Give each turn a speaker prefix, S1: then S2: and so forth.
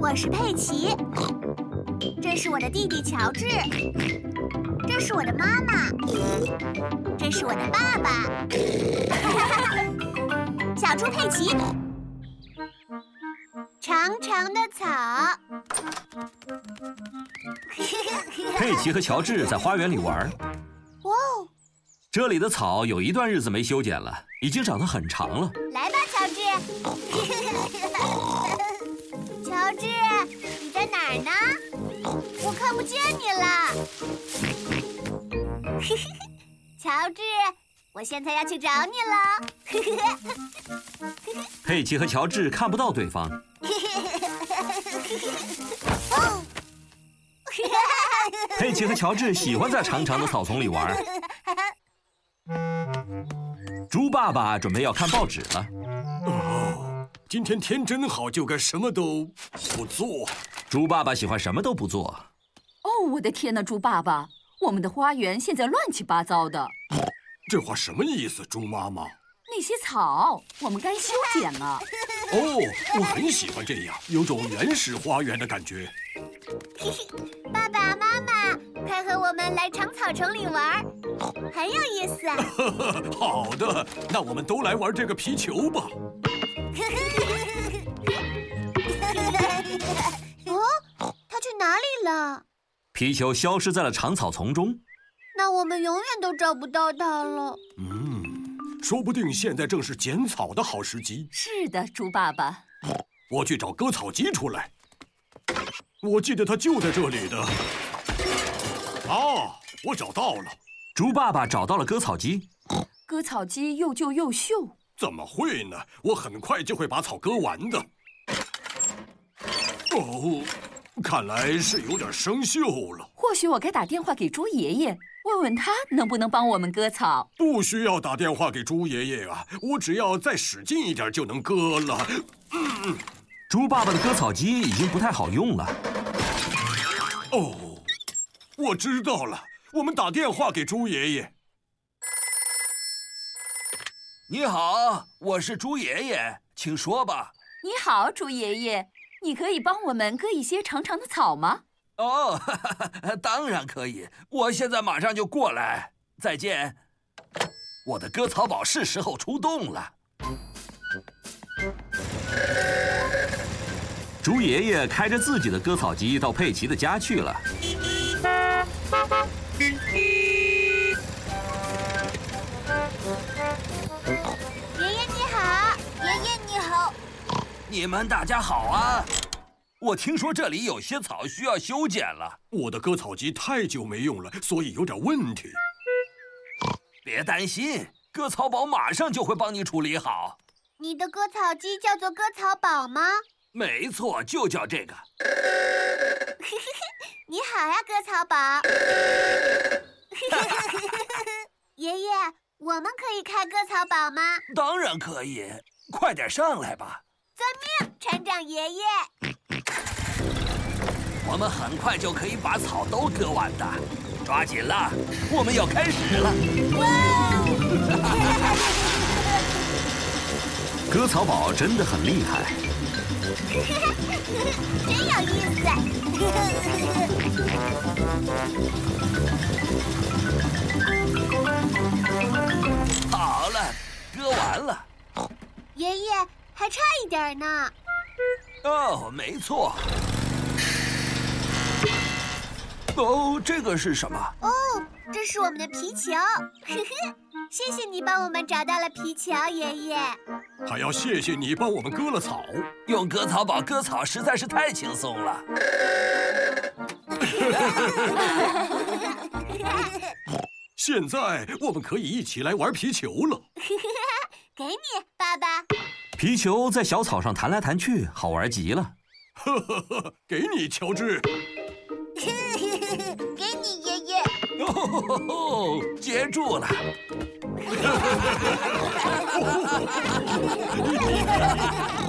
S1: 我是佩奇，这是我的弟弟乔治，这是我的妈妈，这是我的爸 爸。小猪佩奇，长长的草。
S2: 佩奇和乔治在花园里玩。
S1: 哇哦！
S2: 这里的草有一段日子没修剪了，已经长得很长了。
S1: 来吧，乔治。 乔治，你在哪儿呢？我看不见你了。 乔治，我现在要去找你了。
S2: 佩奇和乔治看不到对方。
S1: 哦
S2: 佩奇和乔治喜欢在长长的草丛里玩。猪爸爸准备要看报纸了。
S3: 哦，今天天真好，就该什么都不做。
S2: 猪爸爸喜欢什么都不做。
S4: 哦，我的天哪，猪爸爸，我们的花园现在乱七八糟的。
S3: 这话什么意思，猪妈妈？
S4: 那些草，我们该修剪了。
S3: 哦，我很喜欢这样，有种原始花园的感觉。
S1: 爸爸妈妈，快和我们来长草丛里玩，很有意思、 啊。
S3: 好的，那我们都来玩这个皮球吧。
S1: 哦，他去哪里了？
S2: 皮球消失在了长草丛中。
S1: 那我们永远都找不到它了。
S3: 嗯，说不定现在正是剪草的好时机。
S4: 是的，猪爸爸。
S3: 我去找割草机出来。我记得它就在这里的。啊，我找到了！
S2: 猪爸爸找到了割草机。
S4: 割草机又旧又锈。
S3: 怎么会呢？我很快就会把草割完的。哦，看来是有点生锈了。
S4: 或许我该打电话给猪爷爷，问问他能不能帮我们割草。
S3: 不需要打电话给猪爷爷啊，我只要再使劲一点就能割了。嗯。
S2: 猪爸爸的割草机已经不太好用了。
S3: 哦，我知道了，我们打电话给猪爷爷。
S5: 你好，我是猪爷爷，请说吧。
S4: 你好，猪爷爷，你可以帮我们割一些长长的草吗？
S5: 哦， 哈哈当然可以，我现在马上就过来。再见，我的割草宝是时候出动了。
S2: 猪爷爷开着自己的割草机到佩奇的家去了。
S1: 爷爷你好，爷爷你好，
S5: 你们大家好啊！我听说这里有些草需要修剪了，
S3: 我的割草机太久没用了，所以有点问题。
S5: 别担心，割草宝马上就会帮你处理好。
S1: 你的割草机叫做割草宝吗？
S5: 没错，就叫这个。
S1: 你好呀，割草宝。 爷爷，我们可以开割草宝吗？
S5: 当然可以，快点上来吧。
S1: 遵命，船长爷 爷。
S5: 我们很快就可以把草都割完的，抓紧了，我们要开始了。
S2: 割草宝真的很厉害。
S1: 真有意思！
S5: 好了，割完了。
S1: 爷爷还差一点呢。
S5: 哦，没错。哦，这个是什么？
S1: 哦，这是我们的皮球。 呵呵，谢谢你帮我们找到了皮球，爷爷。
S3: 还要谢谢你帮我们割了草。
S5: 用割草宝割草实在是太轻松了。
S3: 现在我们可以一起来玩皮球了。
S1: 给你，爸爸。
S2: 皮球在小草上弹来弹去，好玩极了。
S3: 呵呵呵，给你，乔治。
S1: 给你，爷爷。
S5: 哦，截住了。